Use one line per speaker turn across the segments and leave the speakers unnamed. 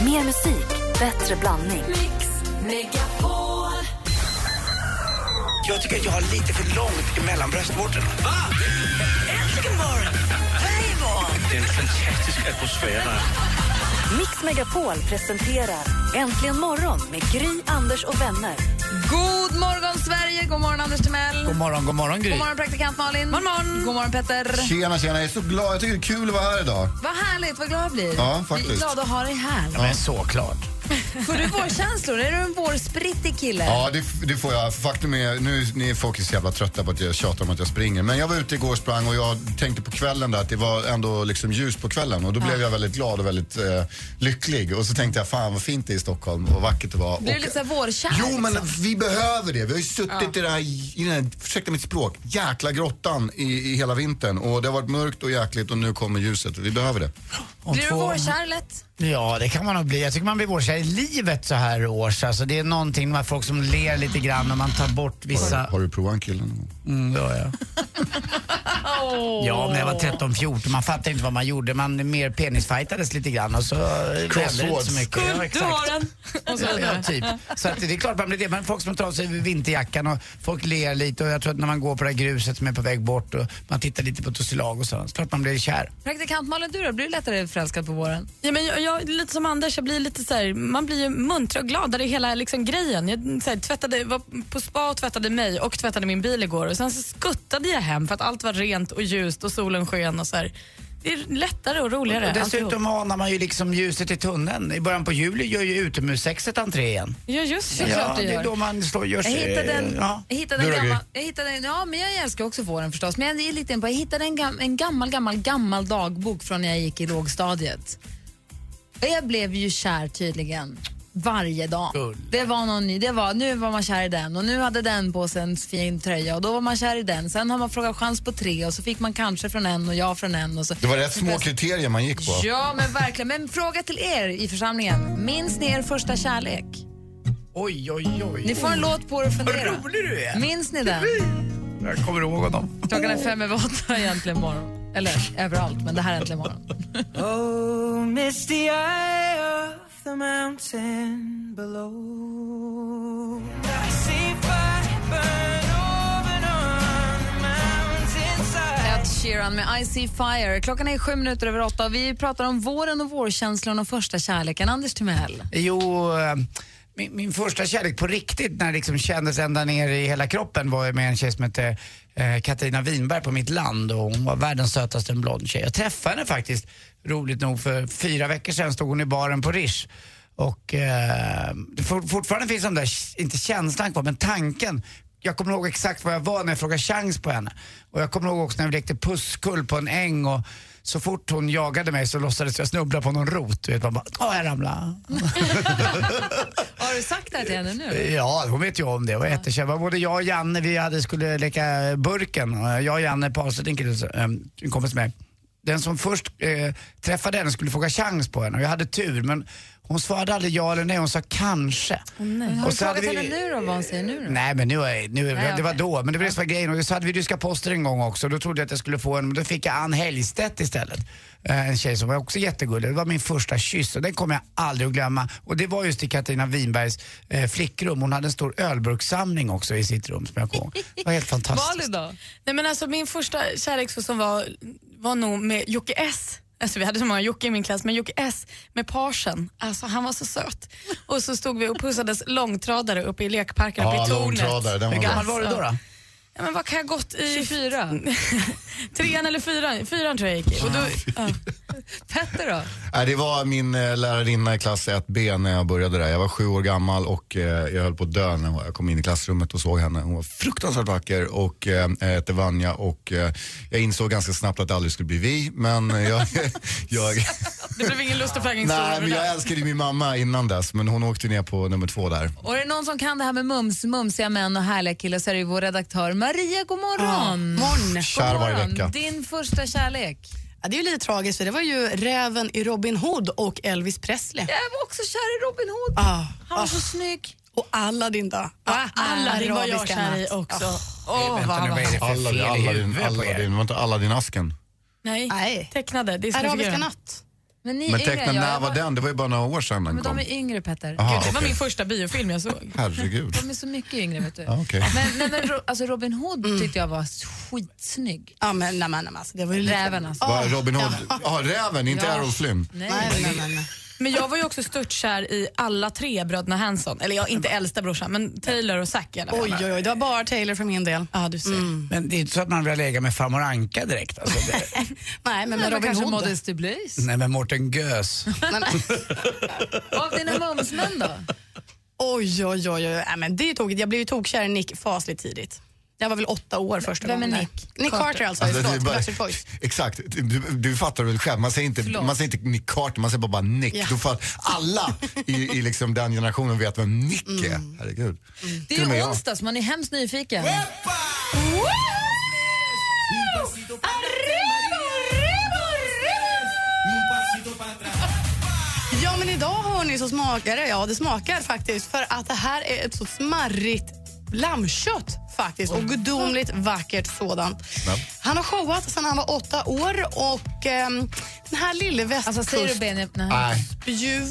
Mer musik, bättre blandning.
Mix Megapol.
Jag tycker att jag har lite för långt emellan bröstvårtorna. Va?
Elkenborg! Hej Yvonne!
Det är en fantastisk atmosfär här.
Mix Megapol presenterar Äntligen morgon med Gry, Anders och vänner.
God morgon, Sverige! God morgon, Anders Timell!
God morgon, god morgon Gry.
God morgon, praktikant Malin! God morgon, god morgon Petter!
Tjena, tjena. Jag är så glad. Jag tycker det är kul att vara här idag.
Vad härligt, vad glad jag blir.
Ja, faktiskt.
Vi är glada att ha dig här.
Men såklart.
Får du vårkänslor? Är du en vårsprittig kille?
Ja, det, f- det får jag. Faktum är, nu ni är folk så jävla trötta på att jag tjatar om att jag springer. Men jag var ute igår och sprang och jag tänkte på kvällen där att det var ändå liksom ljus på kvällen. Och då blev jag väldigt glad och väldigt eh, lycklig. Och så tänkte jag, fan vad fint det är i Stockholm och vad vackert det var.
Blir du
Och-
lite så här vårkär?
Jo, men
liksom?
vi behöver det. Vi har ju suttit i, det här, i den här, ursäkta mitt språk, jäkla grottan i, i hela vintern. Och det har varit mörkt och jäkligt och nu kommer ljuset. Vi behöver det.
Om
Blir du
två-
vårkär lätt?
Ja, det kan man nog bli. Jag tycker man blir vårdkär i livet så här års. Alltså, det är någonting med folk som ler lite grann och man tar bort vissa...
Har du provat en kille någon gång?
Mm, det har jag. Ja, men jag var 13-14. Man fattade inte vad man gjorde. Man mer penisfightades lite grann och så hände det inte så
Crosswords.
mycket. Ja, exakt.
den! Och så
Ja, ja,
vidare.
typ. Så att det är klart man blir det. Men folk som tar av sig vinterjackan och folk ler lite och jag tror att när man går på det här gruset som är på väg bort och man tittar lite på Tussilago och sånt, så klart man blir kär.
Praktikant Malin, du då? Blir du lättare förälskad på våren?
Ja, men jag, jag, lite som Anders, jag blir lite så här, man blir ju munter och glad. Det är hela liksom, grejen. Jag så här, tvättade, var på spa och tvättade mig och tvättade min bil igår. Och sen så skuttade jag hem för att allt var rent och ljust och solen sken. Och så här. Det är lättare och roligare.
Och
alltihop.
dessutom anar man ju liksom ljuset i tunneln. I början på juli gör ju utomhussexet entré igen.
Ja, just det.
Ja,
klart
det är
gör.
då man slår, gör
Jag
sig...
hittade en,
Ja.
jag hittade en
Du då, Gry?
gammal... Jag hittade en, ja, men jag älskar också våren förstås. Men jag, är lite in på, jag hittade en, gam, en gammal, gammal, gammal dagbok från när jag gick i lågstadiet. Och jag blev ju kär tydligen. Varje dag.
Gull.
Det var någon ny, det var, nu var man kär i den och nu hade den på sig en fin tröja och då var man kär i den. Sen har man frågat chans på tre och så fick man kanske från en och jag från en. Och så.
Det var rätt små kriterier man gick på.
Ja, men verkligen. Men fråga till er i församlingen. Minns ni er första kärlek?
Oj, oj, oj.
Ni får en låt på er att
Vad
fundera.
rolig du är!
Minns ni den?
Jag kommer ihåg honom.
Klockan är fem över åtta egentligen morgon. Eller överallt, men det här är äntligen morgon.
Oh, miss the eye of the mountain below. I see fire burn over and on the mountainside.
Ed Sheeran med I see fire. Klockan är sju minuter över åtta. Vi pratar om våren och vårkänslorna och första kärleken. Anders Timell.
Jo, eh, min, min första kärlek på riktigt när det liksom kändes ända ner i hela kroppen var ju med en tjej som hette eh, Katarina Winberg på mitt land och hon var världens sötaste en blond tjej. Jag träffade henne faktiskt, roligt nog, för fyra veckor sedan stod hon i baren på Rish. Och eh, det for, fortfarande finns den där, inte känslan kvar, men tanken jag kommer ihåg exakt var jag var när jag frågade chans på henne. Och jag kommer ihåg också när vi lekte pusskull på en äng och så fort hon jagade mig så låtsades jag snubbla på någon rot. Du vet, man bara, åh jag ramlade.
Har du sagt det här till henne nu?
Ja, hon vet ju om det. Det var jättekänt. Det var Både jag och Janne, vi hade, skulle leka burken. Och Jag och Janne Pahlstedt, en kille, som, eh, en kompis med. Den som först eh, träffade henne skulle fråga chans på henne och jag hade tur men hon svarade aldrig ja eller nej, hon sa kanske.
Har du
Och så hade
frågat henne nu då? Vad hon säger nu då?
Nej men nu, är- nu
Nej,
det var
okej.
då, men det var det som var grejen. Och så hade vi ryska poster en gång också, då trodde jag att jag skulle få en, men då fick jag Ann Hellstedt istället. Eh, En tjej som var också jättegullig. Det var min första kyss och den kommer jag aldrig att glömma. Och det var just i Katarina Winbergs eh, flickrum. Hon hade en stor ölburkssamling också i sitt rum som jag kommer ihåg. Det var helt fantastiskt.
Malin då?
Nej, men alltså, min första kärlek så som var, var nog med Jocke S. Alltså, vi hade så många Jocke i min klass, men Jocke S med parsen, alltså, han var så söt. Och så stod vi och pussades långtradare uppe i lekparken, uppe
Ja,
i
långtradare,
tornet.
den var
Hur
bra.
gammal var du då? då?
Ja, men vad kan jag gått i?
24.
Trean eller fyran? Fyran tror jag gick i. Och då, ja.
Petter då?
Nej, det var min eh, lärarinna i klass 1B när jag började där. Jag var sju år gammal och eh, jag höll på att dö när jag kom in i klassrummet och såg henne. Hon var fruktansvärt vacker och eh, hette Vanja och eh, jag insåg ganska snabbt att det aldrig skulle bli vi. Men eh, jag, jag,
Det blev ingen lust och
nej, men
fägringsfråga.
jag älskade ju min mamma innan dess men hon åkte ner på nummer två där.
Och är det någon som kan det här med mums, mumsiga män och härliga killar så är det ju vår redaktör Maria. God morgon!
Morgon.
Kär varje vecka.
Din första kärlek.
Ja, det är ju lite tragiskt för det var ju räven i Robin Hood och Elvis Presley.
Jag var också kär i Robin Hood.
Ah,
Han var så snygg.
och Aladdin då? Ah,
Aladdin var jag
arabiska
kär i
natt.
också.
Åh, Vänta nu, vad är det för fel
Aladdin,
i
Aladdin,
huvudet på
Aladdin,
er?
var inte Aladdin-asken?
Nej,
Nej.
tecknade. Det är
Arabiska natt.
Men ni
Men
yngre,
teckna,
ja,
när
jag
var
var-
den? Det var ju bara några år sedan den
Men de
kom.
är yngre Petter.
Aha,
Gud, det var
okej.
min första biofilm jag såg.
Herregud.
De är så mycket yngre vet du.
Ja, okej.
Men, nej, men Ro- alltså Robin Hood tyckte jag var skitsnygg.
Mm. Ja, men, nej, men, nej, men, alltså, det var ju lite-
Räven alltså.
Vad, Robin Hood? Ja, Räven, inte
Ja.
Errol Flynn.
Nej, nej, nej, nej.
Men jag var ju också störtkär i alla tre bröderna Hanson. Eller jag, inte äldsta brorsan, men Taylor och Zac i alla fall.
Oj, oj, oj, det var bara Taylor för min del. Mm.
Ja, du ser.
Men det är inte så att man vill lägga med farmor Anka direkt. Alltså det,
Nej, men
Men
med Robin
kanske
Hood.
Modesty Blaise.
nej men Mårten Gös.
Nej, men,
Av dina mumsmän då?
oj, oj, oj, oj. Nej, men det är ju tokigt. Jag blev ju tokkär i Nick fasligt tidigt. Jag var väl åtta år första
Vem är
gången. där.
Nick?
Nick
Carter.
Carter alltså,
Alltså, det är
förlåt.
bara-
Backstreet Boys.
Exakt, du, du fattar väl själv. Man säger, inte, man säger inte Nick Carter, man säger bara, bara Nick.
Ja.
Då fatt, alla i, i liksom den generationen vet vem Nick är.
Mm.
Herregud.
Det
Till och
är
med
ju
jag.
onsdags, man är hemskt nyfiken.
Ja, men idag hör ni så smakar det. Ja, det smakar faktiskt. För att det här är ett så smarrigt lammkött faktiskt. Och gudomligt vackert sådant.
Ja.
Han har showat sedan han var åtta år och ehm, den här lille
Alltså säger du
västkustbjuven,
Benjamin?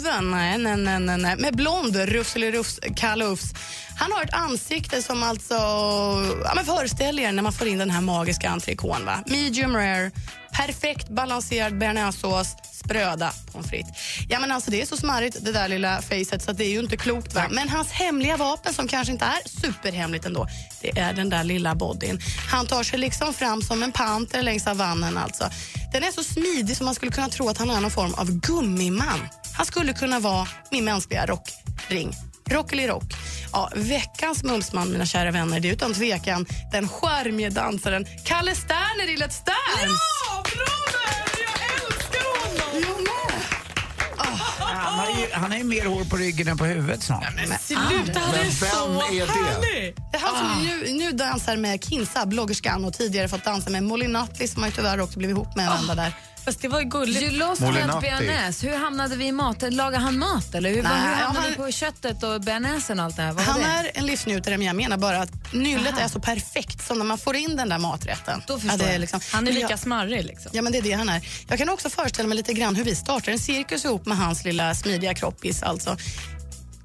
nej,
Nej,
Nej.
nej, nej, nej, nej, med blond rufs eller rufs, kalufs. Han har ett ansikte som alltså, ja men föreställ er när man får in den här magiska entrecôten va. Medium rare, perfekt balanserad bearnaisesås, spröda pommes frites. Ja men alltså det är så smarrigt det där lilla facet så att det är ju inte klokt va. Men hans hemliga vapen som kanske inte är superhemligt ändå, det är den där lilla bodyn. Han tar sig liksom fram som en panter längs savannen alltså. Den är så smidig som man skulle kunna tro att han är någon form av gummiman. Han skulle kunna vara min mänskliga rockring. Rockeli Rock. Ja, veckans mumsman, mina kära vänner, det är utan tvekan den charmige dansaren Kalle Sterner i Let's Dance! Ja, Jag älskar honom!
Han har, ju, han har ju mer hår på ryggen än på huvudet snart.
Sluta, han är
Men vem
så
är det?
härlig!
Det är han
Ah.
som nu, nu dansar med Kinsa, bloggerskan, och tidigare fått dansa med Molly Nutley som har ju tyvärr också blivit ihop med en enda där.
Fast det var ju gulligt.
You lost me
Molinati.
at bearnaise. Ah. Hur hamnade vi i maten? Lagar han mat eller? Hur,
Nej,
hur hamnade
han-
vi på köttet och bearnaisen och allt det här? Vad var
Han
det?
är en livsnjutare, men jag menar bara att nyllet
Aha.
är så perfekt som när man får in den där maträtten.
Då förstår
ja, det är
jag.
liksom-
Han är
Men jag-
lika smarrig liksom.
Ja, men det är det han är. Jag kan också föreställa mig lite grann hur vi startar en cirkus ihop med hans lilla smidiga kroppis. Alltså.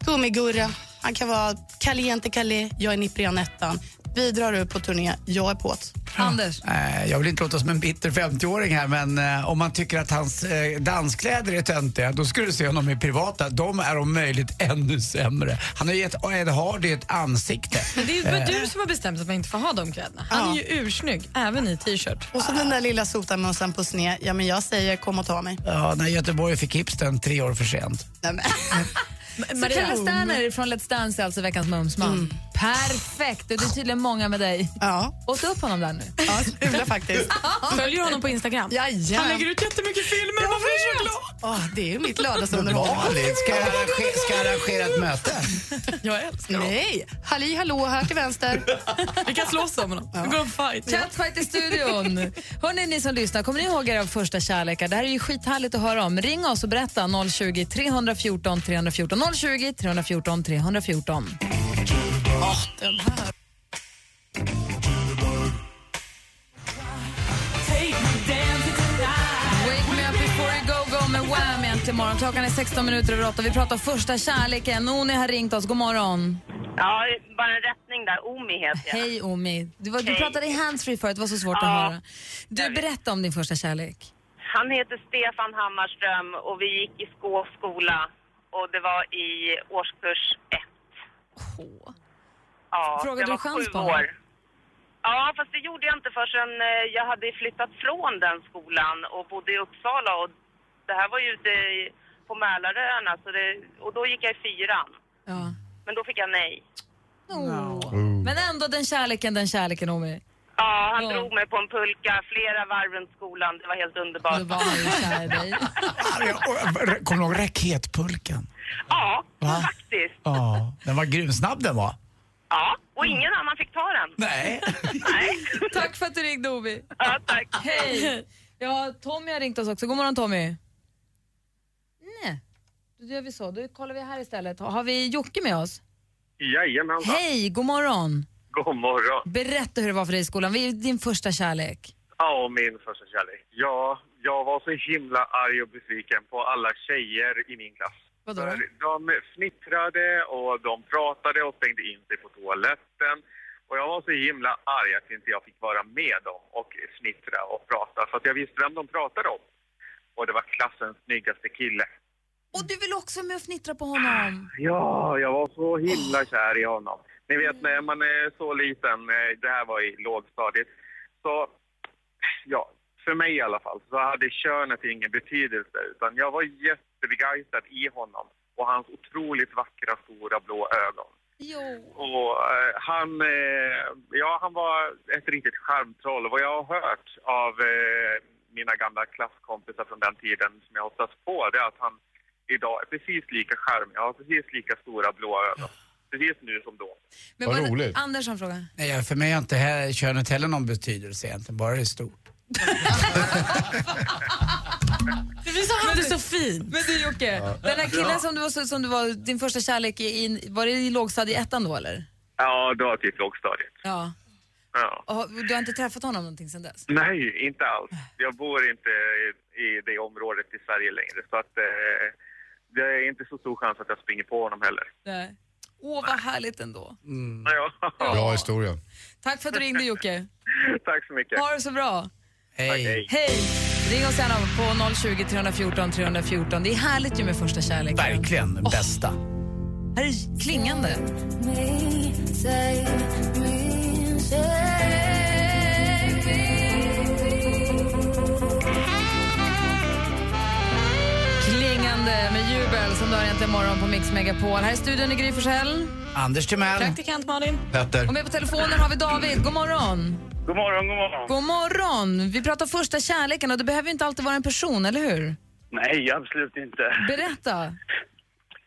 Gummigurra, han kan vara Caliente Calais, jag är Nipprianettan. Vi drar ut på turné, jag är på't.
Anders,
Eh, Jag vill inte låta som en bitter 50-åring här men eh, om man tycker att hans eh, danskläder är töntiga då skulle du se honom i privata. De är om möjligt ännu sämre. Han har ju gett Ed Hardy ett ansikte.
Men det är
Eh.
ju bara du som har bestämt att man inte får ha de kläderna. Han är ju ursnygg, även i t-shirt.
Och så den där lilla sotarmössan på sned. Ja, men jag säger kom och ta mig.
Ja, när Göteborg fick hipstern tre år för sent.
Nej, men.
så Kalle Sterner från Let's Dance är alltså veckans mumsman. Perfekt! Och det är tydligen många med dig.
Mm. Ja,
Åt du upp honom där nu?
ja smula faktiskt.
Följer honom på Instagram?
Jajamän.
Han lägger ut jättemycket filmer. Varför är jag så glad?
Åh, det är ju mitt lördagsunderhållning.
Vanligt! Ska, jag arrange- ska jag arrangera ett möte?
Jag älskar honom.
Nej, halli hallå här till vänster.
Vi kan slåss om honom. Vi går en fight.
Catfight i studion. Hörrni, ni som lyssnar, kommer ni ihåg era första kärlekar? Det här är ju skithärligt att höra om. Ring oss och berätta 020 314 314 020 314 314. Wake me up before you go go med Wham egentligen imorgon. Klockan är 16 minuter över 8. Vi pratar första kärleken. Noni har ringt oss. God morgon.
Ja, bara en rättning där. Omi heter jag.
Hej Omi. Du, var, du
Hej.
pratade i handsfree förut, det var så svårt
Ja,
att höra. Du,
jag vet.
berätta om din första kärlek.
Han heter Stefan Hammarström och vi gick i Skå skola och det var i årskurs ett. Ja,
Frågade
jag
du
var
chans
sju
på honom?
år. Ja, fast det gjorde jag inte förrän eh, jag hade flyttat från den skolan och bodde i Uppsala. Och det här var ju ute i- på Mälaröarna så det, och då gick jag i fyran.
Ja.
Men då fick jag nej.
Oh. Men ändå den kärleken, den kärleken Omi.
Ja, han
Ja.
drog mig på en pulka flera varv runt skolan. Det var helt underbart.
Då var han ju kär i dig.
Kommer du ihåg raketpulkan?
Ja,
Va?
faktiskt.
Ja, den var grym. Snabb den var.
Ja, och ingen annan fick ta den.
Nej.
Nej.
Tack för att du ringde Omi.
Ja, tack.
Hej! Ja, Tommy har ringt oss också. God morgon Tommy. Nej, då gör vi så. Då kollar vi här istället. Har vi Jocke med oss?
Jajamensan,
Hej, god morgon.
god morgon.
Berätta hur det var för dig i skolan. Vad är din första kärlek?
Ja, min första kärlek. Ja, jag var så himla arg och besviken på alla tjejer i min klass.
Vadå?
För De fnittrade och de pratade och stängde in sig på toaletten. Och jag var så himla arg att inte jag fick vara med dem och fnittra och prata. För att jag visste vem de pratade om. Och det var klassens snyggaste kille.
Och du vill också med och fnittra på honom.
Ja, jag var så himla kär i honom. Ni vet när man är så liten, eh, det här var i lågstadiet, så ja, för mig i alla fall, så hade könet ingen betydelse utan jag var jättebegeistrad i honom och hans otroligt vackra stora blå ögon.
Jo.
Och eh, han, eh, ja han var ett riktigt charmtroll. Vad jag har hört av eh, mina gamla klasskompisar från den tiden som jag har stött på, det är att han idag är precis lika charmig. Han har precis lika stora blåa ögon. Precis nu som då.
Men
Vad
var det-
roligt.
Anders har en fråga.
Nej, för mig har inte här, könet heller någon betydelse egentligen, bara det är stort.
Visst har han det så fint?
Men du Jocke, den här killen som du, var, som du var din första kärlek i, i- var det i lågstadieettan då eller?
Ja, då har typ lågstadiet.
Ja.
Ja.
Och har- du har inte träffat honom någonting sedan dess?
Nej, inte alls. Jag bor inte i, i det området i Sverige längre så att eh, det är inte så stor chans att jag springer på honom heller.
Nej. Åh, vad härligt ändå.
Ja.
Bra historia.
Tack för att du ringde Jocke.
Tack så mycket.
Ha det så bra.
Hej.
Hej! Ring oss gärna på 020 314 314. Det är härligt ju med första kärleken.
Verkligen den bästa.
Här är klingande. Klingande med jubel som du har egentligen imorgon på Mix Megapol. Här i studion är Gry Forssell.
Anders Timell.
Praktikant Malin.
Petter.
Och med på telefonen har vi David. God morgon.
God morgon, god morgon.
God morgon. Vi pratar första kärleken och det behöver ju inte alltid vara en person, eller hur?
Nej, absolut inte.
Berätta.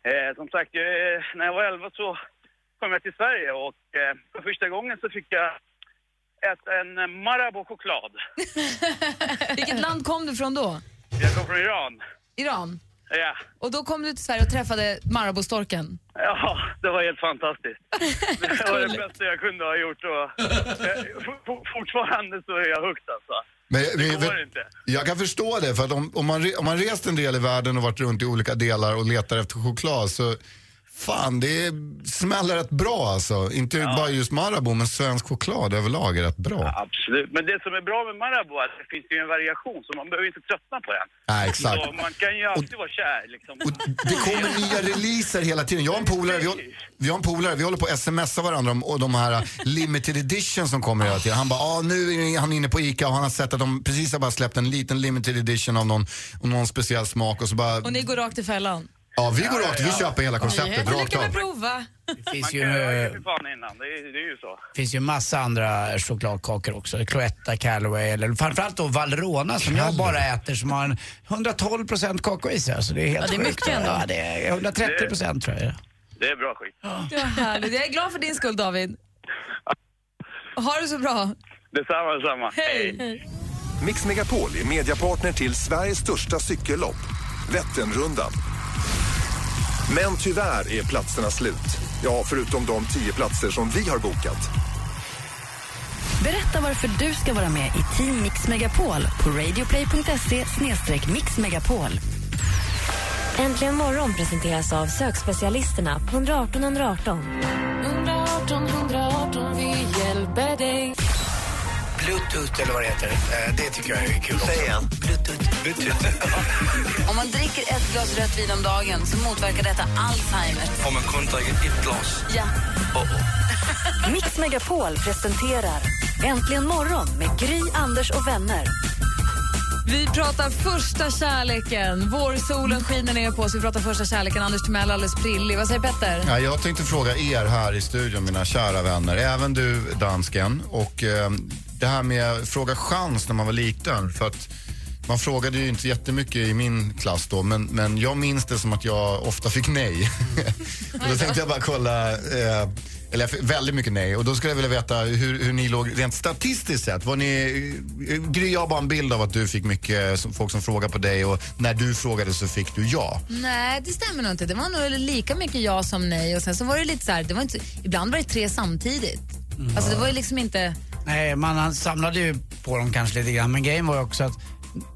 Eh, som sagt, jag, eh, när jag var 11 så kom jag till Sverige och eh, för första gången så fick jag äta en eh, Marabou-choklad.
Vilket land kom du från då?
Jag kom från Iran.
Iran.
Ja,
Och då kom du till Sverige och träffade Marabostorken.
ja det var helt fantastiskt. Det var det bästa jag kunde ha gjort och eh, for- for- fortfarande så är jag hooked alltså.
Men, vi,
Det går
vi,
inte.
jag kan förstå det, för att om, om, man, re- om man rest en del i världen och varit runt i olika delar och letar efter choklad så fan, det smäller rätt bra alltså. Inte bara just Marabou, men svensk choklad överlag är rätt bra.
Absolut, men det som är bra med Marabou är att det finns ju en variation så man behöver inte tröttna på den.
Nej, exakt.
Så man kan ju alltid vara kär liksom.
Och det kommer nya releaser hela tiden. Jag har en polare, vi, håll- vi har en polare, vi håller på att smsa varandra om och de här limited edition som kommer hela tiden. Han bara, ah, nu är han inne på ICA och han har sett att de precis har bara släppt en liten limited edition av någon, av någon speciell smak och så bara,
Och ni går rakt i fällan.
ja vi går rakt, vi köper hela konceptet rakt
Lycka
av.
med prova.
Det finns
Man
ju,
kan ju
eh,
inte fan innan, det är, det är ju så.
finns ju massa andra chokladkakor också. Cloetta, Calloway eller framförallt då Valrhona som jag bara äter som har en 112% kakao i sig. Alltså det är helt
Ja, det är
sjukt.
mycket ändå.
Ja, det är 130% tror jag.
Det är bra skit.
Det var härligt. Jag är glad för din skull David. Ha det så bra.
Detsamma, detsamma.
Hej!
Mix Megapol är mediapartner till Sveriges största cykellopp, Vätternrundan. Men tyvärr är platserna slut. Ja, förutom de tio platser som vi har bokat.
Berätta varför du ska vara med i Team Mix Megapol på radioplay.se mixmegapol.
Äntligen morgon presenteras av sökspecialisterna på 118 118.
Bluetooth eller vad det heter. Eh, Det tycker jag är kul också. Säg igen. Bluetooth.
Om man dricker ett glas rött vin om dagen så motverkar detta Alzheimer.
Om man kunde dricka ett glas.
Ja.
Mix Megapol presenterar Äntligen morgon med Gry, Anders och vänner.
Vi pratar första kärleken. Vårsolen skiner ner på oss. Vi pratar första kärleken. Anders Timell alldeles prillig. Vad säger Petter?
Ja, jag tänkte fråga er här i studion, mina kära vänner, även du dansken, och eh, det här med fråga chans när man var liten. För att man frågade ju inte jättemycket i min klass då, men, men jag minns det som att jag ofta fick nej. och då tänkte jag bara kolla, eh, eller jag fick väldigt mycket nej, och då skulle jag vilja veta hur, hur ni låg rent statistiskt sett. Var ni, eh, Gry, jag har bara en bild av att du fick mycket eh, som- folk som frågade på dig och när du frågade så fick du ja.
Nej, det stämmer nog inte. Det var nog lika mycket ja som nej. Och sen så var det lite så här, det var inte, ibland var det tre samtidigt. Alltså det var ju liksom inte...
Nej, man samlade ju på dem kanske lite grann. Men grejen var ju också att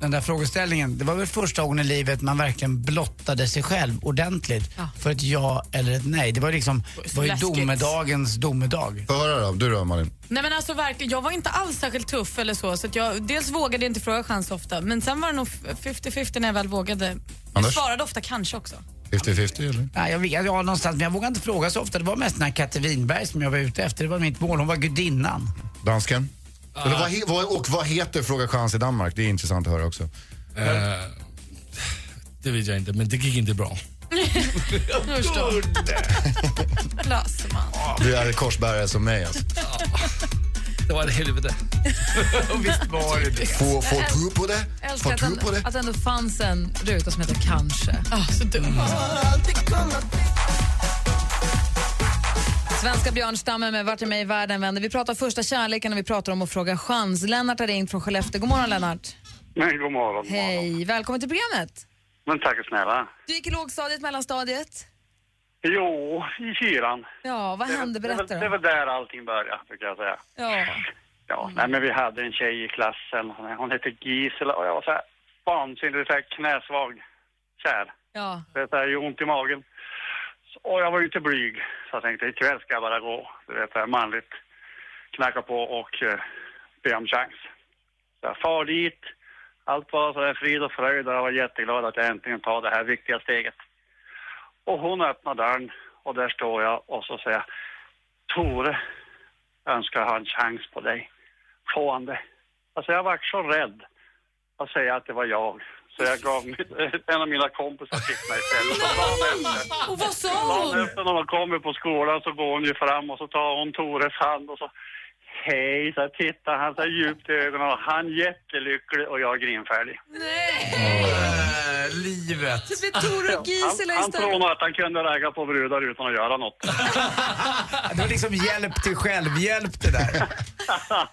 den där frågeställningen. Det var väl första gången i livet man verkligen blottade sig själv ordentligt för ett ja eller ett nej. Det var liksom, det var ju
Läskigt.
domedagens domedag.
Få höra då, du då Malin.
Nej men alltså verkligen, jag var inte alls särskilt tuff eller så. så att jag, dels vågade jag inte fråga chans ofta, men sen var det nog 50-50 när jag väl vågade. Jag
Anders?
svarade ofta kanske också.
50-50 eller?
Nej, jag vet, ja, någonstans, men jag vågar inte fråga så ofta. Det var mest den här Katte Winberg som jag var ute efter. Det var mitt mål. Hon var gudinnan.
Dansken?
Ah.
Eller vad he, vad, och vad heter Fråga Chans i Danmark? Det är intressant att höra också.
Eh, det vet jag inte, men det gick inte bra.
Löser man.
Du är korsbärare som mig alltså.
Det var ett helvete.
Visst var det det.
Få, få tur på det. Få
Älskar att,
tur på
ändå,
det.
att det ändå fanns en ruta som heter kanske.
Ah, så dumt.
Svenska Björnstammen med Vart är mig i världen vänder. Vi pratar första kärleken och vi pratar om att fråga chans. Lennart har ringt från Skellefteå. God morgon Lennart.
Men god morgon.
Hej, välkommen till programmet.
Men tack snälla.
Du gick i lågstadiet, mellanstadiet.
Jo, i fyran.
Ja, vad hände?
Det är väl-
Berätta
Det är
då.
väl där allting började, brukar jag säga.
Ja.
Ja, nej men vi hade en tjej i klassen. Hon hette Gisela och jag var så här vansinnigt så här knäsvag, kär.
Ja.
Det är så här, gör ont i magen. Så, och jag var ju inte blyg. Så jag tänkte ikväll ska jag bara gå, du vet, det här manligt. Knacka på och eh, be om chans. Så jag far dit. Allt var så här frid och fröjd och jag var jätteglad att jag äntligen tar det här viktiga steget. Och hon öppnar dörren och där står jag och så säger jag Tore, jag önskar ha en chans på dig. Får han det? Alltså jag var så rädd att säga att det var jag. Så jag gav mitt, en av mina kompisar fick mig istället. Och dagen efter-
Och vad sa
Dagen
hon?
efter när hon kommer på skolan så går hon ju fram och så tar hon Tores hand och så Hej, så jag tittar han så här djupt i ögonen och han jättelycklig och jag grinfärdig.
Eh, livet.
Det blir Tore och Gisela
Han
istället.
tror nog att han kunde ragga på brudar utan att göra något.
Det var liksom hjälp till självhjälp det där.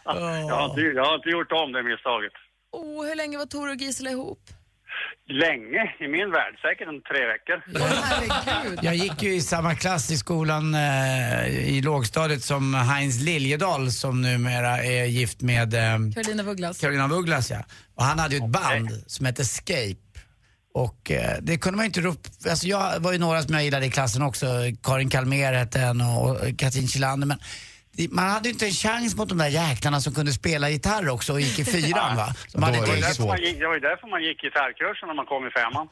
Jag, har inte, jag har inte gjort om det misstaget.
Oh, hur länge var Tore och Gisela ihop?
Länge, i min värld, säkert en tre veckor.
Jag gick ju i samma klass i skolan eh, i lågstadiet som Heinz Liljedahl som numera är gift med eh,
Karolina Vugglas.
Carolina af Ugglas ja. Och han hade ju ett band som hette Escape. Och eh, det kunde man ju inte rop... Alltså jag var ju några som jag gillade i klassen också. Karin Kalmér hette en och och Katrin Kjellander. Men det- man hade ju inte en chans mot de där jäklarna som kunde spela gitarr också och gick i fyran va. Som hade
det, var
ett
ju
eget-
därför man gick, det var ju därför man gick gitarrkursen när man kom i femman.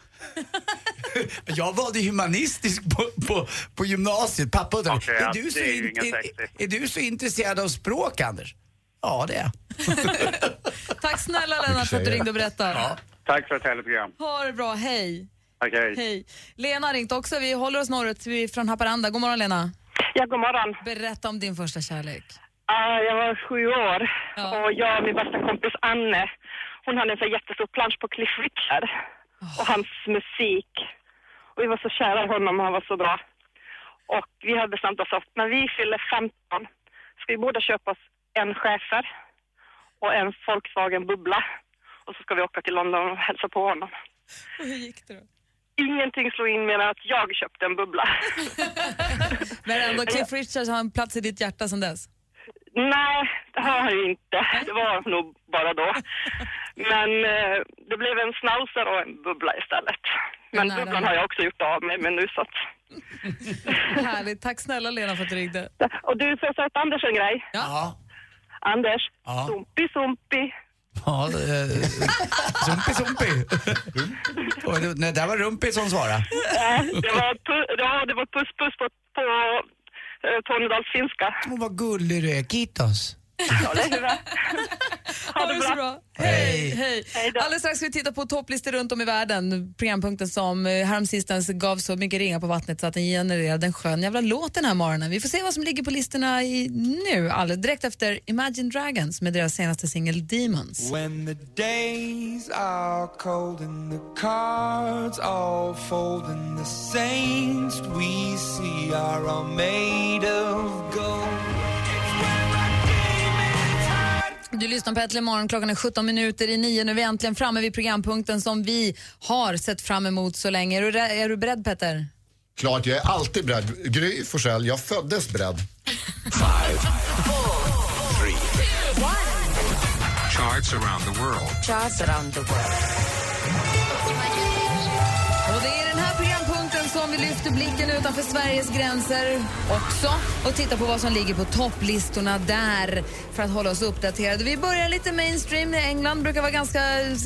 Men Jag valde humanistisk på, på, på gymnasiet. Pappa undrade,
Okej, ja,
är, du
det
så
är ju
in-
ingen
är, är du så intresserad av språk Anders? Ja det är jag.
Tack snälla Lennart för att du ringde och berättade.
Tack för ett härligt program.
Ha det bra, hej.
Okej.
Hej. Lena har ringt också. Vi håller oss norrut Vi är från Haparanda. God morgon Lena.
Ja, god morgon.
Berätta om din första kärlek.
Ah, jag var sju år och jag och min bästa kompis Anne, hon hade en så här jättestor plansch på Cliff Richard och hans musik. Och vi var så kära i honom och han var så bra. Och vi hade bestämt oss att när vi fyller 15 ska vi båda köpa oss en schäfer och en Volkswagen Bubbla. Och så ska vi åka till London och hälsa på honom.
Och hur gick det då?
Ingenting slog in mer än att jag köpte en bubbla.
Men ändå, Cliff Richards har en plats i ditt hjärta sedan dess.
Nej, det har han ju inte. Det var nog bara då. Men eh, det blev en schnauzer och en bubbla istället. Men
Nära.
bubblan har jag också gjort av mig med nu så att...
Härligt. Tack snälla Lena för att du ringde.
Och du, får jag säga till Anders en grej?
Ja.
Anders,
Ja.
zumpi zumpi.
Ja, eh, Zumpi Zumpi. Och det- Nej, där var Rumpi som svarade.
Eh, det, var pu- ja, det var puss puss på, på eh, tornedalsfinska.
Hon var gullig du är, Kitos.
Ja, det är det.
Ha det så bra. Hej, hej. Alldeles strax ska vi titta på topplistor runt om i världen. Programpunkten som eh, häromsistens gav så mycket ringar på vattnet så att den genererade en skön jävla låt den här morgonen. Vi får se vad som ligger på listorna i, nu, alldeles direkt efter Imagine Dragons med deras senaste singel Demons.
When the days are cold and the cards all fold and the saints we see are all made of gold.
Du lyssnar på Äntligen morgon, klockan är 17 minuter i nio. Nu är vi äntligen framme vid programpunkten som vi har sett fram emot så länge. Är du, re- är du beredd Petter?
Klart, jag är alltid beredd. Gry Forssell, jag föddes beredd.
Five, three,
Charts around the world.
Charts around the world.
Och det är den här programpunkten som vi lyfter blicken utanför Sveriges gränser också och tittar på vad som ligger på topplistorna där för att hålla oss uppdaterade. Vi börjar lite mainstream. England brukar vara ganska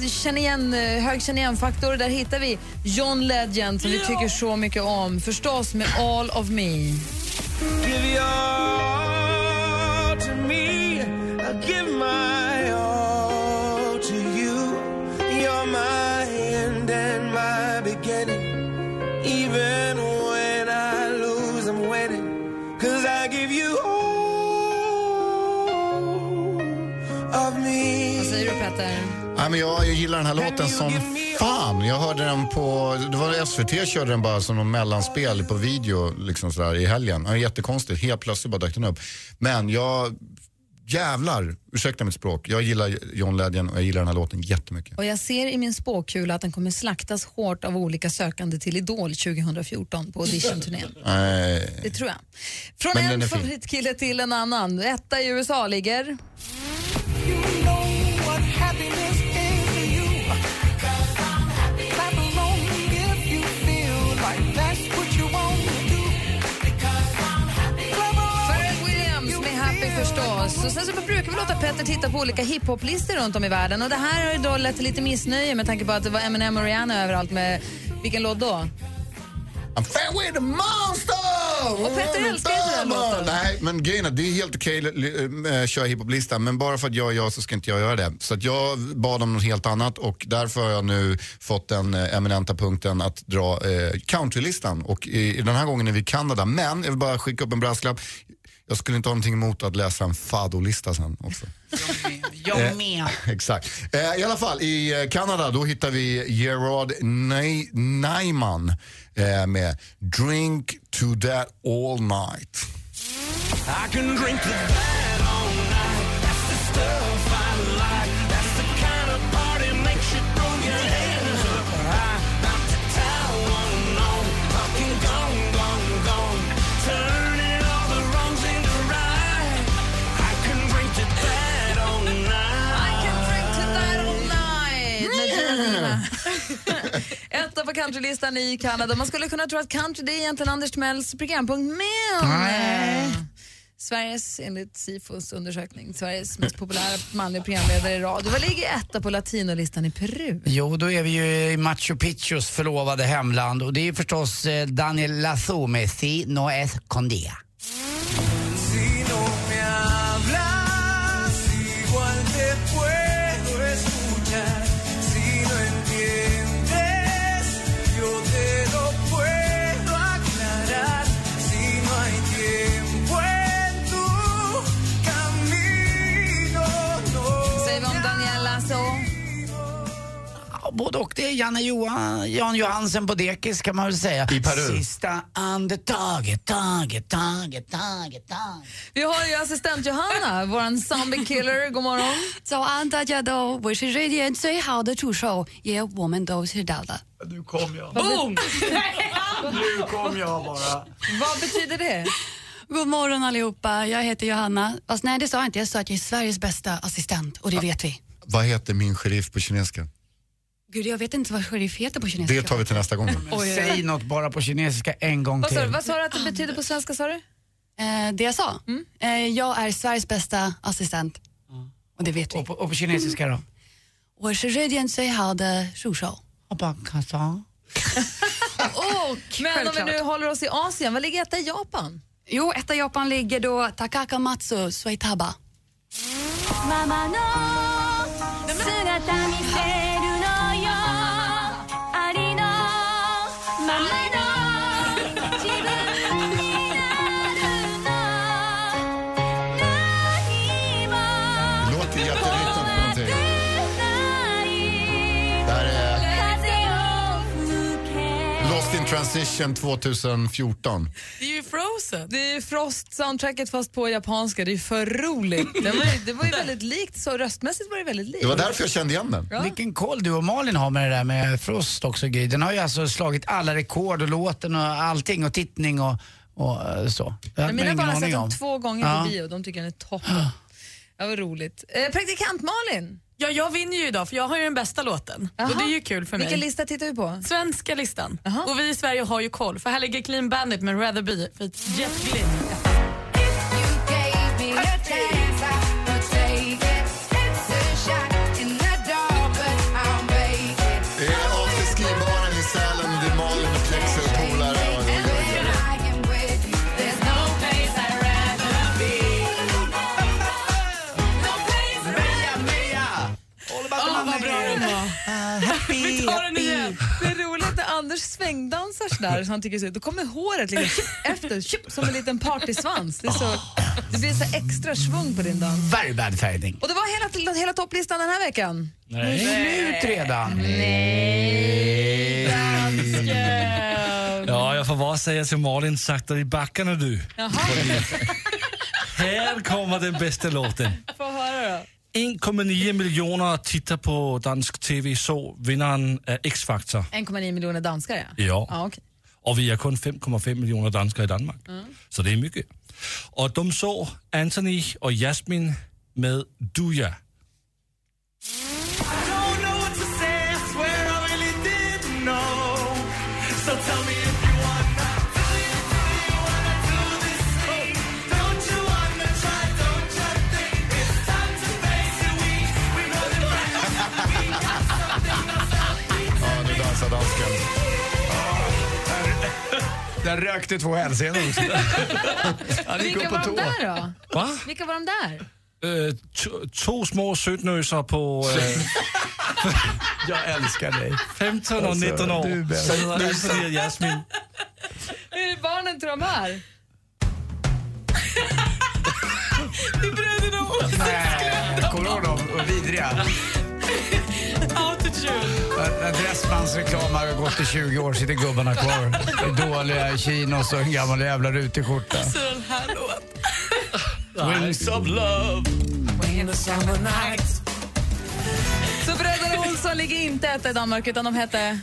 känn igen, hög känn igen-faktor. Där hittar vi John Legend som vi tycker så mycket om. Förstås med All of Me.
Give your all to me. I give my all to you. You're my end and my beginning. Even when I lose, I'm winning. Cause I give you all of me.
Vad säger du Petter?
Nej, men jag gillar den här låten som fan. Jag hörde den på, det var SVT körde den bara som någon mellanspel på video liksom sådär, i helgen. Ja, jättekonstigt, helt plötsligt bara dök den upp. Men jag, jävlar, ursäkta mitt språk, jag gillar John Legend och jag gillar den här låten jättemycket.
Och jag ser i min spåkula att den kommer slaktas hårt av olika sökande till Idol 2014 på auditionturnén.
Nej.
Det tror jag. Från
Men den är
en
fin.
favoritkille till en annan. Etta i USA ligger... Pharrell Williams med Happy förstås. Och sen så brukar vi låta Petter titta på olika hiphoplistor runt om i världen. Och det här har ju då lett till lite missnöje med tanke på att det var Eminem och Rihanna överallt med... Vilken låt då?
I'm fair with the monster!
Och Petter älskar ju den här låten.
Nej, men grejen är, det är helt okej att eh, köra hiphoplistan, men bara för att jag är jag så ska inte jag göra det. Så att jag bad om något helt annat och därför har jag nu fått den eh, eminenta punkten att dra eh, countrylistan. Och i, den här gången är vi i Kanada, men jag vill bara skicka upp en brasklapp. Jag skulle inte ha någonting emot att läsa en fadolista sen också. Eh,
Jag med.
Exakt. Eh, I alla fall, i eh, Kanada då hittar vi Gerard Ney- Nyman eh, med Drink to that all night.
I can drink to that all night. That's the stuff I like. That's the kind of party makes you throw your hands up high. About to tell one on. Fucking gone, gone, gone. Turning all the wrongs into right. I can drink to that all night. I can drink to that all
Nej, Nirvana. Etta på countrylistan i Kanada. Man skulle kunna tro att country det är egentligen Anders Timells programpunkt, men... eh, Sveriges, enligt Sifos undersökning, Sveriges mest populära manliga programledare i radio. Vad ligger etta på latinolistan i Peru?
Jo, då är vi ju i Machu Picchus förlovade hemland och det är ju förstås eh, Daniel Lazo med Si no es con dia.
Si no me hablas, igual te puedo escuchar. Si no entiendes, yo te lo puedo aclarar. Si no hay tiempo en tu camino, no.
Säger vi om Daniel Lasso?
Ja, Både och. Det är Janne Johan, Jan Johansen på dekis kan man väl säga. I
Peru.
Sista andetaget, taget, taget, taget, taget.
Vi har ju assistent Johanna, vår zombie killer. God morgon.
早安，大家都，我是瑞典最好的助手，也我们都知道了。
Nu kom jag.
Boom!
Nu kom jag bara.
Vad betyder det?
God morgon allihopa, jag heter Johanna. Fast nej, det sa jag inte. Jag sa att jag är Sveriges bästa assistent och det vet vi.
Vad heter min sheriff på kinesiska?
Gud, jag vet inte vad sheriff heter på kinesiska. Mm.
Det tar vi till nästa gång. då.
Oj, oj, oj.
Säg något bara på kinesiska en gång till.
sa du att det betyder på svenska? Sa du? Mm.
Eh, det jag sa? Eh, jag är Sveriges bästa assistent. Och det vet vi.
Och på, och på kinesiska då?
我是瑞典最好的助手。
Och, men om vi
självklart.
nu håller oss i Asien, vad ligger etta i Japan?
Jo, etta i Japan ligger då Takaka Matsu Suetaba.
Det låter jätterytmat på någonting. Det här är Lost in transition 2014.
Det är ju Frozen. Det är ju Frost-soundtracket fast på japanska. Det är ju för roligt. Det var ju, det var ju väldigt likt, så röstmässigt var det väldigt likt.
Det var därför jag kände igen den.
Vilken koll du och Malin har med det där med Frost också Gry. Den har ju alltså slagit alla rekord och låten och allting och tittning och, och eh, så. Det hade man
Men mina
ingen
barn har sett
aning
dem
om.
två gånger
Ja.
på bio. De tycker den är toppen. Det var roligt. Eh, praktikant Malin.
Ja, jag vinner ju idag för jag har ju den bästa låten. Och det är ju kul för mig.
Vilken lista tittar vi på?
Svenska listan. Och vi i Sverige har ju koll för här ligger Clean Bandit med Rather Be för ett jätteglitt.
Det är after ski-baren i Sälen, det är Malin och Plexi och polare. och-
Åh, vad bra den var. Uh, Happy, Vi tar den igen. Det är roligt när Anders svängdansar sådär, så han tycker så, då kommer håret liksom efter, tjup, som en liten partysvans. Det, är så, det blir så extra svung på din dans.
Very bad fading.
Och det var hela, hela topplistan den här veckan.
Nu är det slut redan.
Ja, jag får bara säga till Malin, sakta i backarna du. Här kommer den bästa låten.
Få höra då.
1,9 miljoner tittar på dansk tv så vinnaren är X-Factor.
1,9 miljoner danskar ja.
Ja.
ja okej.
Och vi är kun 5,5 miljoner danskar i Danmark. Så det är mycket. Och de såg Anthony och Jasmin med Duja.
So tell me if you wanna, do you, do you wanna do this thing? Don't you wanna try, don't you think it's time to face it? We, we know the right we got something, got something.
Ja, nu dansar dansken.
Ah, Där rökte två hälsenor också.
Vilka var de där då?
Va?
Vilka var de där?
Eh, to- två små sötnösar på... øh,
jag älskar dig.
15 och
Alltså,
19 år.
du är bäst.
Så heter Anthony och Jasmin.
Hur är barnen till de här? Det är bröderna
Kommer du ihåg dem? Och Vidriga. När Dressmans reklam har gått i 20 år sitter gubbarna kvar. Det är dåliga chinos och en gammal jävla rutig skjorta.
den här låten.
Wings of love.
In the summer nights.
Så bröderna Olsson ligger inte etta i Danmark utan de hette...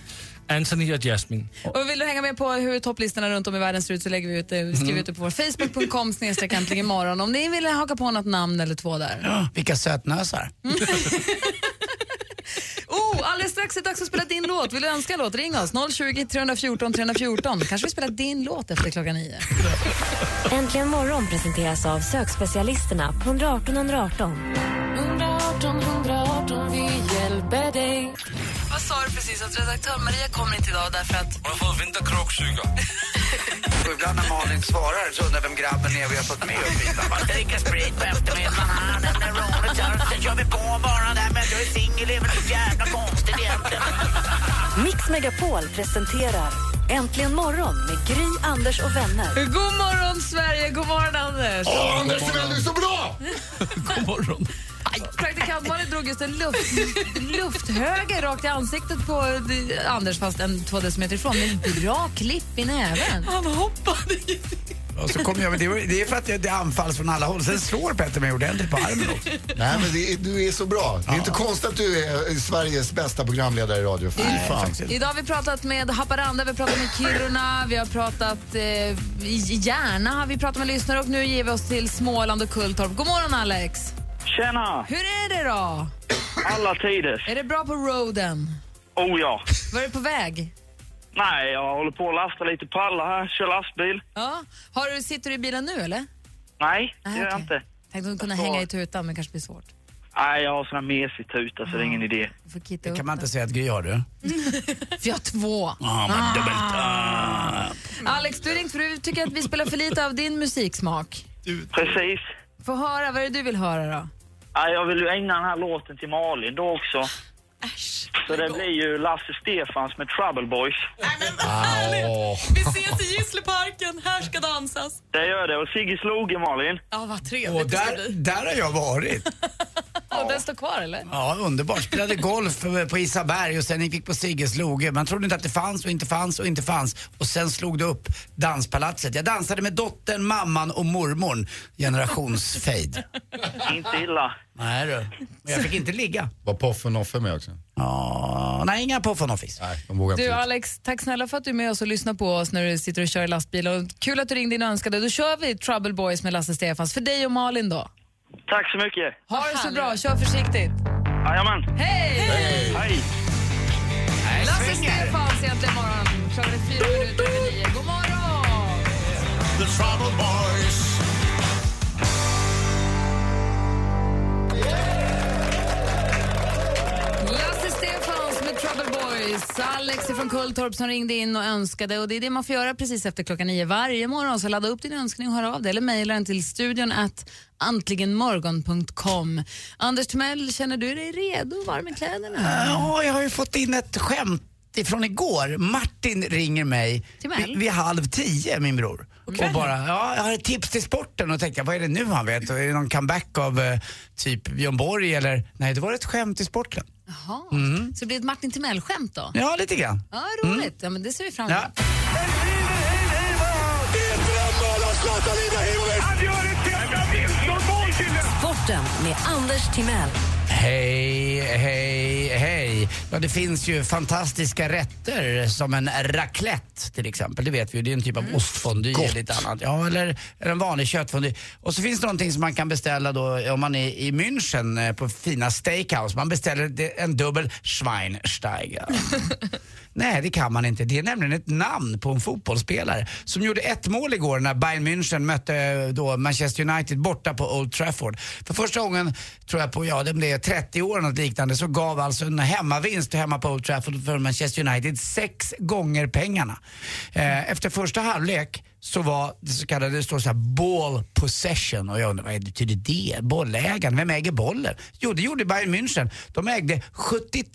Anthony och Jasmin.
Och vill du hänga med på hur topplistorna runt om i världen ser ut så lägger vi ut det, skriver ut det på vår Facebook.com snedstreck äntligen imorgon om ni vill haka på något namn eller två där.
Vilka sötnösar.
Oh, alldeles strax är det dags att spela din låt. Vill du önska en låt? Ring oss 020 314 314. Kanske vi spelar din låt efter klockan nio.
Äntligen morgon presenteras av sökspecialisterna på 118 118.
118 118, vi hjälper dig.
Vad sa du precis? Att redaktör Maria kommer inte idag därför att...
Hon har fått vinterkråksyra.
Och ibland när Malin svarar så undrar vem grabben är vi har fått med upp hit. Man bara, dricka sprit på eftermiddagen, ah, det är roligt. ja, Sen kör vi på bara där men jag är singel, det är väl så jävla konstigt egentligen.
Mix Megapol presenterar Äntligen morgon med Gry, Anders och vänner.
God morgon, Sverige! God morgon, Anders!
Åh, Anders Timell, du är så
bra! God morgon. Praktikantmannen drog just en luft, lufthöger rakt i ansiktet på eh, Anders, fast en två decimeter ifrån. Men bra klipp i näven. Han hoppade
Och så kom jag, men det, var, det är för att det, det anfalls från alla håll. Sen slår Petter mig ordentligt på armen också.
Nej, men det, är- du är så bra. Det är inte konstigt att du är eh, Sveriges bästa programledare i radio. Fy fan.
Idag har vi pratat med Haparanda, vi har pratat med Kiruna, vi har pratat eh, i Järna, har vi pratat med lyssnare och nu ger vi oss till Småland och Kulltorp. God morgon Alex!
Tjena!
Hur är det då?
Alla tiders.
Är det bra på roaden?
Oh ja.
Var du på väg?
Nej, jag håller på att lasta lite pallar här. Kör lastbil.
Ja. Har du, sitter du i bilen nu eller?
Nej, det
Ah,
gör jag
okej.
inte.
Tänkte att kunna hänga i tutan men kanske blir svårt.
Nej, jag har sån här mesig tuta så det är
Ah.
ingen idé.
Får kitta upp
Kan man inte säga att Gry har du?
För jag har två.
Ja, Ah,
Ah.
men dubbelt Ah.
Alex, du har ringt för du tycker att vi spelar för lite av din musiksmak.
Precis.
Få höra, vad är det du vill höra då?
Nej, jag vill ju ägna den här låten till Malin då också. Så det blir ju Lasse Stefans med Trouble Boys.
Vi ses i Gissleparken, här ska dansas.
Det gör det. Och Sigge Sloge, Malin.
Ja, vad trevligt
Och
det ska
där,
bli.
där har jag varit.
Ja. Den står kvar eller?
Ja, underbart. Spelade golf på Isaberg och sen gick vi på Sigges loge. Man trodde inte att det fanns och inte fanns och inte fanns. Och sen slog det upp danspalatset. Jag dansade med dottern, mamman och mormorn. Generationsfejd.
Inte illa.
Nej du. Men jag fick inte ligga.
Var Poffen Offe med också?
Ja, nej, inga på från Office.
Nej, de vågar
Du
inte.
Alex, tack snälla för att du är med oss och lyssnar på oss när du sitter och kör i lastbil. Och kul att du ringde in och önskade. Då kör vi Trouble Boys med Lasse Stefans för dig och Malin då.
Tack så mycket.
Ha det så bra, kör försiktigt.
Jajamän.
Hej!
Hej! Hej!
Lasse Stefans egentligen morgon. Klockan är fyra minuter över nio. God morgon!
The Trouble Boys.
Lasse Stefans med Trouble Boys. Alex från Kulltorp som ringde in och önskade. Och Det är det man får göra precis efter klockan nio varje morgon. Så ladda upp din önskning och hör av dig. Eller mejla den till studion at antligenmorgon.com. Anders Timell, känner du dig redo? Varm i kläderna?
Ja, jag har ju fått in ett skämt ifrån igår. Martin ringer mig
Timell?
vid, vid halv tio, min bror. Och bara, ja, jag har ett tips till sporten och tänkte, vad är det nu han vet? Och Är det någon comeback av eh, typ Björn Borg eller? Nej, det var ett skämt i sporten.
Jaha.
Mm.
Så det blir ett Martin Timell-skämt då?
Ja, lite grann. Mm.
Ja, roligt. Ja, men det ser vi fram emot.
Sporten med Anders Timell.
Hej, hej, hej. Ja, det finns ju fantastiska rätter som en raclette till exempel. Det vet vi ju. Det är en typ av ostfondue eller lite annat. Ja, eller, eller en vanlig köttfondue. Och så finns det någonting som man kan beställa då om man är i München eh, på fina steakhouse. Man beställer det- en dubbel Schweinsteiger. Nej, det kan man inte. Det är nämligen ett namn på en fotbollsspelare som gjorde ett mål igår när Bayern München mötte eh, då Manchester United borta på Old Trafford. För första gången, tror jag på, ja det blev 30 år eller något liknande, så gav alltså en hemmavinst hemma på Old Trafford för Manchester United sex gånger pengarna. Eh, efter första halvlek så var det så kallade, det står så här ball possession och jag undrar vad betyder det? Bollägaren, vem äger bollen? Jo, det gjorde Bayern München. De ägde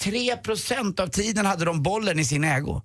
73% av tiden hade de bollen i sin ägo.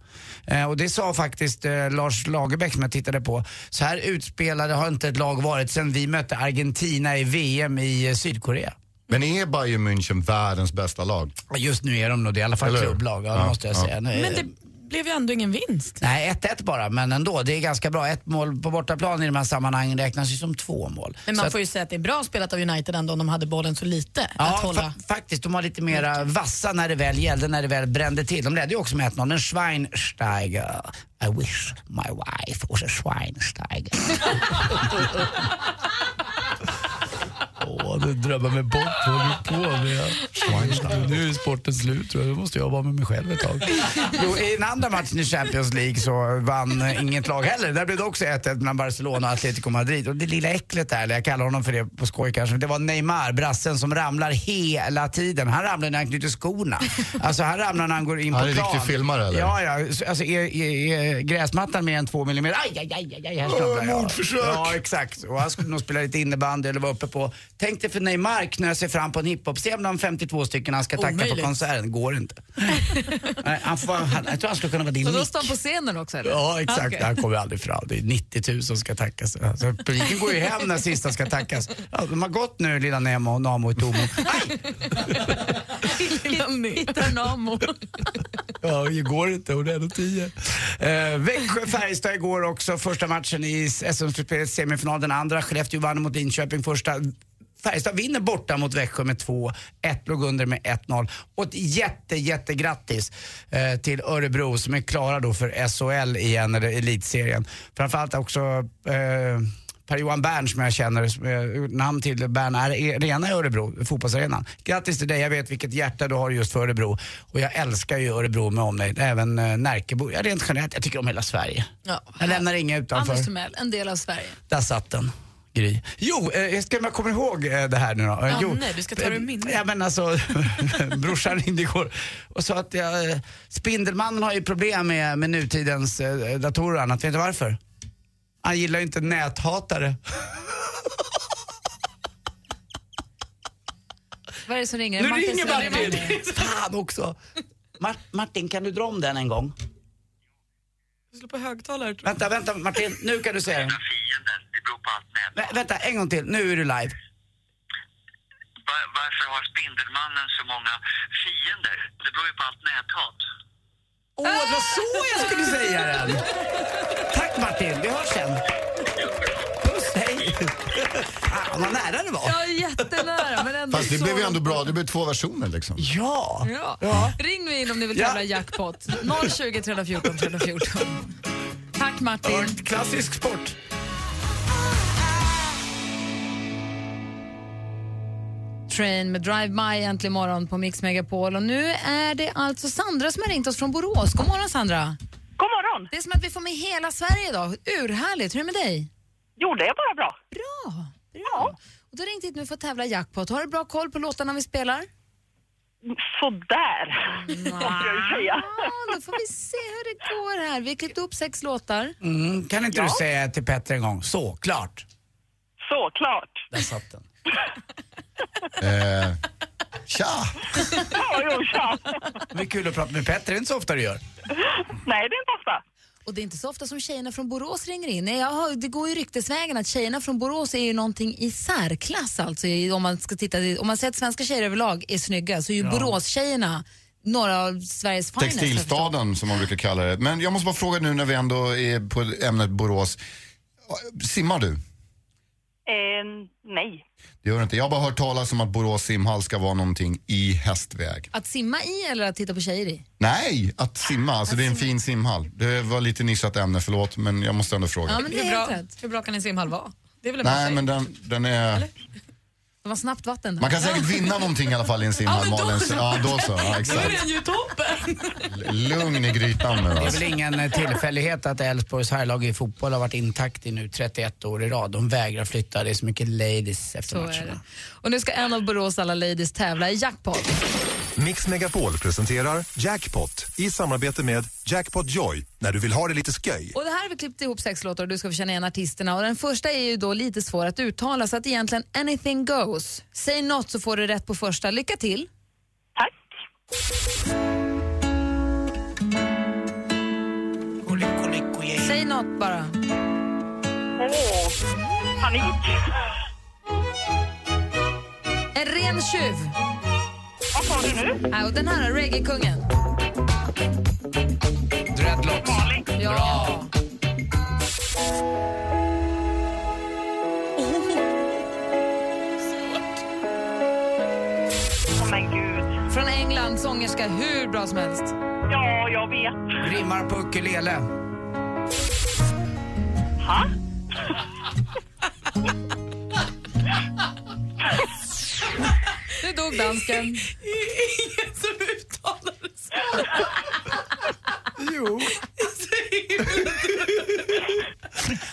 Eh, och det sa faktiskt eh, Lars Lagerbäck som jag tittade på. Så här utspelade har inte ett lag varit sedan vi mötte Argentina i VM i eh, Sydkorea.
Men är Bayern München världens bästa lag?
Just nu är de nog det, i alla fall
Eller hur?
klubblag, ja, det måste jag säga. Nu är-
Men det blev ju ändå ingen vinst.
Nej, 1-1 bara, men ändå. Det är ganska bra. Ett mål på bortaplan i de här sammanhangen räknas ju som två mål.
Men
Så
man
att-
får ju säga att det är bra spelat av United ändå om de hade bollen så lite. att
Ja,
hålla. Mm.
fa faktiskt. De var lite mera vassa när det väl gällde, när det väl brände till. De ledde ju också med 1-0. En Schweinsteiger. I wish my wife was a Schweinsteiger. Åh, nu drömmer mig bort. Vad håller du på med? Schweinsteiger. Nu är sporten slut tror jag. Nu måste jag vara med mig själv ett tag. Jo, I den andra matchen i Champions League så vann eh, inget lag heller. Där blev det också 1-1 mellan Barcelona och Atletico Madrid. Och det lilla äcklet där, eller jag kallar honom för det på skoj kanske, det var Neymar, brassen som ramlar hela tiden. Han ramlar när han knyter skorna. Alltså han ramlar när han går in på
Han är
plan.
riktig filmare, eller?
Ja, ja. Så, Alltså är, är, är gräsmattan mer än två millimeter? Aj, aj, aj, aj, aj här snubblar jag.
mordförsök.
Ja, exakt. Och han skulle nog spela lite innebandy eller vara uppe på... Tänk dig för Neymar knö sig fram på en hiphop-scen bland 52 stycken han ska tacka på
Omöjligt.
konserten. Går inte. Nej, han får, han, jag tror han skulle kunna vara din
Så då
Nick.
står han på scenen också? Eller?
Ja, exakt.
Okej.
Han kommer aldrig fram. Det är 90 000 som ska tackas. Alltså, publiken går ju hem när sista ska tackas. Ja, de har gått nu, lilla Nemo och Namo och Tomo.
Hittar Namo.
Ja, det går inte. Hon är ändå tio. Eh, Växjö-Färjestad igår också. Första matchen i SM-slutspelets semifinal. Den andra, Skellefteå vann mot Linköping första. Färjestad vinner borta mot Växjö med 2-1, låg under med 1-0. Och ett jätte, jättegrattis eh, till Örebro som är klara då för SHL igen, eller elitserien. Framförallt också eh, Per-Johan Bern som jag känner, som är namn till Bern Ar- E- Arena i Örebro, fotbollsarenan. Grattis till dig, jag vet vilket hjärta du har just för Örebro. Och jag älskar ju Örebro med omnejd, även eh, Närkebo. Ja, rent generellt, jag tycker om hela Sverige.
Ja.
Jag lämnar inga utanför.
Anders Timell, en del av Sverige.
Där satt den. Gry. Jo, eh, jag ska jag kommer ihåg eh, det här nu då. Eh,
Ja,
jo,
nej, du ska ta det i
eh,
minne.
Ja, men alltså, brorsan ringde igår och sa att jag, eh, Spindelmannen har ju problem med, med nutidens eh, datorer och annat. Vet du varför? Han gillar ju inte näthatare.
Vad är det som ringer?
Nu
Martin
ringer
Söderman.
Martin! Fan också! Mar- Martin, kan du dra om den en gång?
Jag slår på högtalare.
Vänta, vänta Martin, nu kan du säga den. Vä- Vänta, en gång till. Nu är du live.
Varför har Spindelmannen så många fiender? Det beror ju på allt näthat.
Åh, det var så jag skulle säga den! Tack Martin, vi hörs sen. Puss, hej! Ah, vad nära det var.
Ja, jättenära. Men ändå
Fast det
så
blev ju
långt
ändå bra, det blev två versioner liksom.
Ja!
Ja. Ring nu in om ni vill
Ja.
tävla i jackpot. 020 314 314. Tack Martin.
Klassisk sport.
Train med Drive My äntligen morgon på Mix Megapol. Och nu är det alltså Sandra som har ringt oss från Borås. God morgon Sandra!
God morgon!
Det är som att vi får med hela Sverige idag. Urhärligt! Hur är det med dig?
Jo, det är bara bra.
Bra! bra. Ja. Och du har ringt hit nu för att tävla i jackpot. Har du bra koll på låtarna vi spelar?
Sådär, måste jag ju säga.
Ja, då får vi se hur det går här. Vi har klippt upp sex låtar.
Mm, kan inte du säga till Petter en gång? Så, klart.
Såklart.
Där satt den.
Eh, tja!
Ja, jo, tja.
Det är kul att prata med Petter, det är inte så ofta du gör.
Nej, det är inte ofta.
Och det är inte så ofta som tjejerna från Borås ringer in. Nej, jag har, det går ju ryktesvägen att tjejerna från Borås är ju någonting i särklass alltså. i- Om man, ska titta, i- om man säger att svenska tjejer överlag är snygga så är ju
Ja.
Borås-tjejerna några av Sveriges finest.
Textilstaden som man brukar kalla det. Men jag måste bara fråga nu när vi ändå är på ämnet Borås. Simmar du?
Eh, nej.
Det gör du inte. Jag har bara hört talas om att Borås simhall ska vara någonting i hästväg.
Att simma i eller att titta på tjejer i?
Nej, att simma. Alltså det är en fin simhall. Det var lite nischat ämne, förlåt, men jag måste ändå fråga.
det är
hur, bra,
helt
hur bra kan en simhall vara? Det är väl en bra
Nej,
tjej.
men den, den är...
Det var snabbt vatten där.
Man kan säkert vinna någonting i alla fall i en simhall, Malin. Så- Ja, då så. Ja, exakt.
den ju toppen!
Lugn i grytan nu
Det är
alltså.
väl ingen eh, tillfällighet att Elfsborgs herrlag i fotboll har varit intakt i nu 31 år i rad. De vägrar flytta, det är så mycket ladies efter
Så är det.
matcherna.
Och nu ska en av Borås alla ladies tävla i jackpot.
Mix Megapol presenterar Jackpot i samarbete med Jackpot Joy när du vill ha det lite sköj.
Och det här har vi klippt ihop sex låtar och du ska få känna igen artisterna. Och den första är ju då lite svår att uttala så att egentligen anything goes. Säg något så får du rätt på första. Lycka till! Tack! Säg något bara.
Åh, panik.
En ren tjuv.
Vad sa du nu?
Ja, och den här är reggae-kungen.
Dreadlocks.
Ja.
Åh, men gud.
Från England, sångerska hur bra som helst.
Ja, jag vet.
Rimmar på ukulele.
Ha?
Nu dog dansken.
Ingen som uttalade sig. Jo.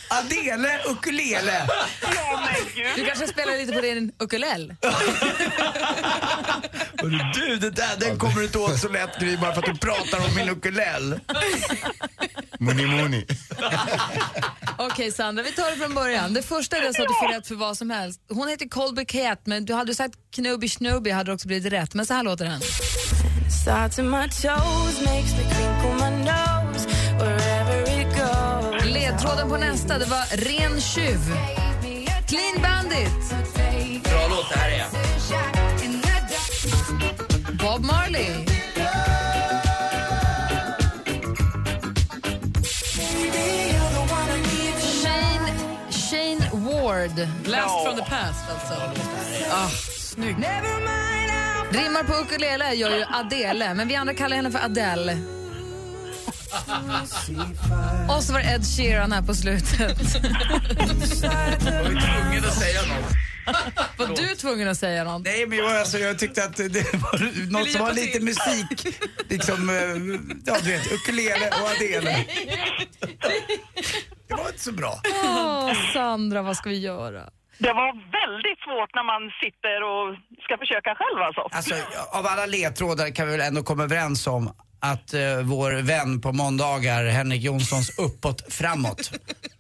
Adele ukulele.
Du kanske spelar lite på din ukulel?
Hörru Du, det där, den kommer du inte åt så lätt Gry, bara för att du pratar om min ukulel.
Muni muni.
Okej Sandra, vi tar det från början. Det första är det så att du får rätt för vad som helst. Hon heter Colby Cat, men du hade sagt Knubby Snubby hade också blivit rätt. Men så här låter den.
Side to my toes makes me crinkle my nose wherever it goes.
Ledtråden på nästa, det var Ren Tjuv. Clean Bandit.
Bra låt, det här är
Bob Marley. Shane, Shane Ward.
Blast from the past alltså.
Ah, snygg. Rimmar på ukulele gör ju Adele, men vi andra kallar henne för Adele. Och så var det Ed Sheeran här på slutet.
Jag var tvungen att säga något.
Var du tvungen att säga något?
Nej, men jag, alltså, jag tyckte att det var något som var lite musik. Liksom, eh, ja du vet, ukulele och Adele. Det var inte så bra.
Åh, Sandra, vad ska vi göra?
Det var väldigt svårt när man sitter och ska försöka själv alltså.
Alltså, av alla ledtrådar kan vi väl ändå komma överens om att eh, vår vän på måndagar, Henrik Jonssons uppåt framåt,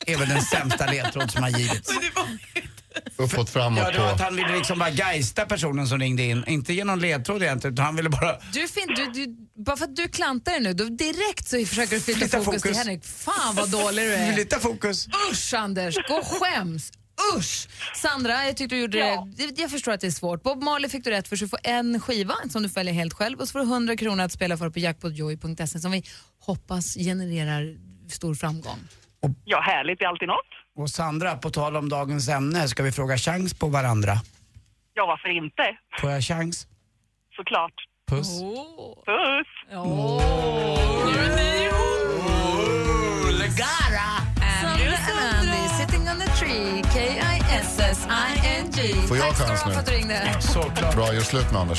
är väl den sämsta ledtråd som har givits.
Uppåt
Ja,
framåt
det var att
på...
han ville liksom bara geista personen som ringde in. Inte ge någon ledtråd egentligen, utan han ville bara...
Du fin, du, du, bara för att du klantar dig nu, då direkt så försöker du flytta,
Flytta
fokus, till
fokus.
Henrik. Fan vad dålig du är.
Flytta fokus.
Usch Anders, gå och skäms. Usch! Sandra, jag tyckte du gjorde det. Jag förstår att det är svårt. Bob Marley fick du rätt för så du får en skiva som du väljer helt själv och så får du 100 kronor att spela för på jackpotjoy.se som vi hoppas genererar stor framgång.
Ja, härligt. Det är alltid något.
Och Sandra, på tal om dagens ämne, ska vi fråga chans på varandra?
Ja, varför inte?
Får jag chans?
Såklart.
Puss.
Puss!
Oh,
Sandra and Andy sitting on the tree, K-I-S-S-I-N-G. Hej!
Får jag
Tack ska du
chans
ha
nu?
för att du ringde.
Bra, gör slut med Anders.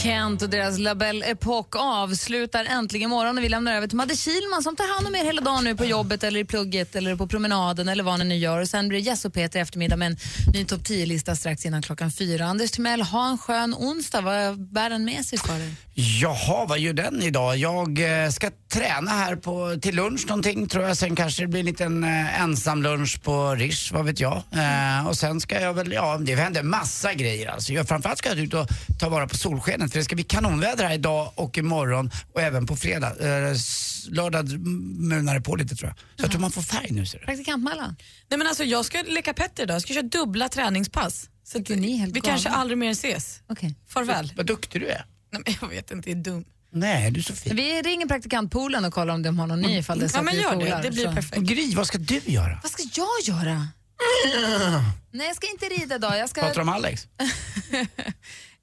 Kent och deras Label Epoch avslutar äntligen morgonen. Vi lämnar över till Madde Kilman som tar hand om er hela dagen nu på jobbet eller i plugget eller på promenaden eller vad ni nu gör. Och sen blir det Jess och Peter i eftermiddag med en ny topp 10-lista strax innan klockan fyra. Anders Timell, ha en skön onsdag. Vad bär den med sig för dig?
Jaha, vad gör den idag? Jag eh, ska träna här på, till lunch någonting tror jag. Sen kanske det blir en liten eh, ensam lunch på Rish, vad vet jag. Eh, och sen ska jag väl, ja det händer massa grejer alltså. Jag, framförallt ska jag ut och ta vara på solskenet för det ska bli kanonväder här idag och imorgon och även på fredag. Eh, s- lördag munar det på lite tror jag. Så jag tror man får färg nu ser du.
Praktikant Mallan?
Nej, men alltså, jag ska leka Petter idag. Jag ska köra dubbla träningspass. Så att
vi
kanske aldrig mer ses.
Okay.
Farväl.
Vad duktig du är.
Nej, men jag vet inte, jag är dum.
Nej, du är så fin.
Vi ringer praktikantpoolen och kollar om de har någon ny ifall det är så
Ja,
att
men
vi
gör det.
polar,
Det blir
så.
perfekt.
Gry, vad ska du göra?
Vad ska jag göra? Nej, jag ska inte rida idag. Jag ska...
Pratar du om Alex?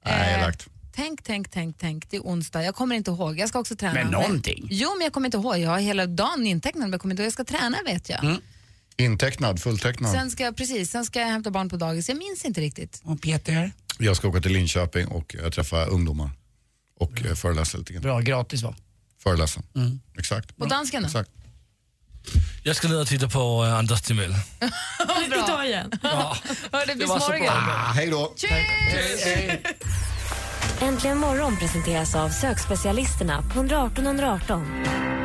Nej, elakt.
Tänk, tänk, tänk, tänk. Det är onsdag. Jag kommer inte ihåg. Jag ska också träna.
Men någonting.
Jo, men jag kommer inte ihåg. Jag har hela dagen intecknad, men jag kommer inte ihåg. Jag ska träna vet jag.
Mm,
Mm.
Intecknad, fulltecknad.
Sen ska jag, precis, sen ska jag hämta barn på dagis. Jag minns inte riktigt.
Och Peter?
Jag ska åka till Linköping och eh, träffa ungdomar och eh, föreläsa lite grann.
Bra, gratis va?
Föreläsa,
Mm.
exakt.
På dansken då?
Exakt.
Jag ska ned och titta på eh, Anders Timell.
Bra. Idag igen. Ja. Hörde,
Det
vi
var så
morgon.
bra.
Hej då.
Äntligen morgon presenteras av sökspecialisterna på 118 118.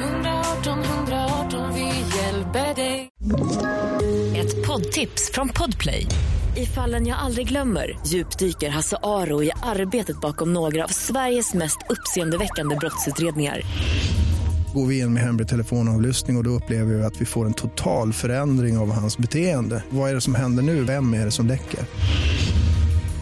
118 118, vi hjälper dig.
Ett poddtips från Podplay. I fallen jag aldrig glömmer djupdyker Hasse Aro i arbetet bakom några av Sveriges mest uppseendeväckande brottsutredningar.
Går vi in med hemlig telefonavlyssning och, och då upplever vi att vi får en total förändring av hans beteende. Vad är det som händer nu? Vem är det som läcker?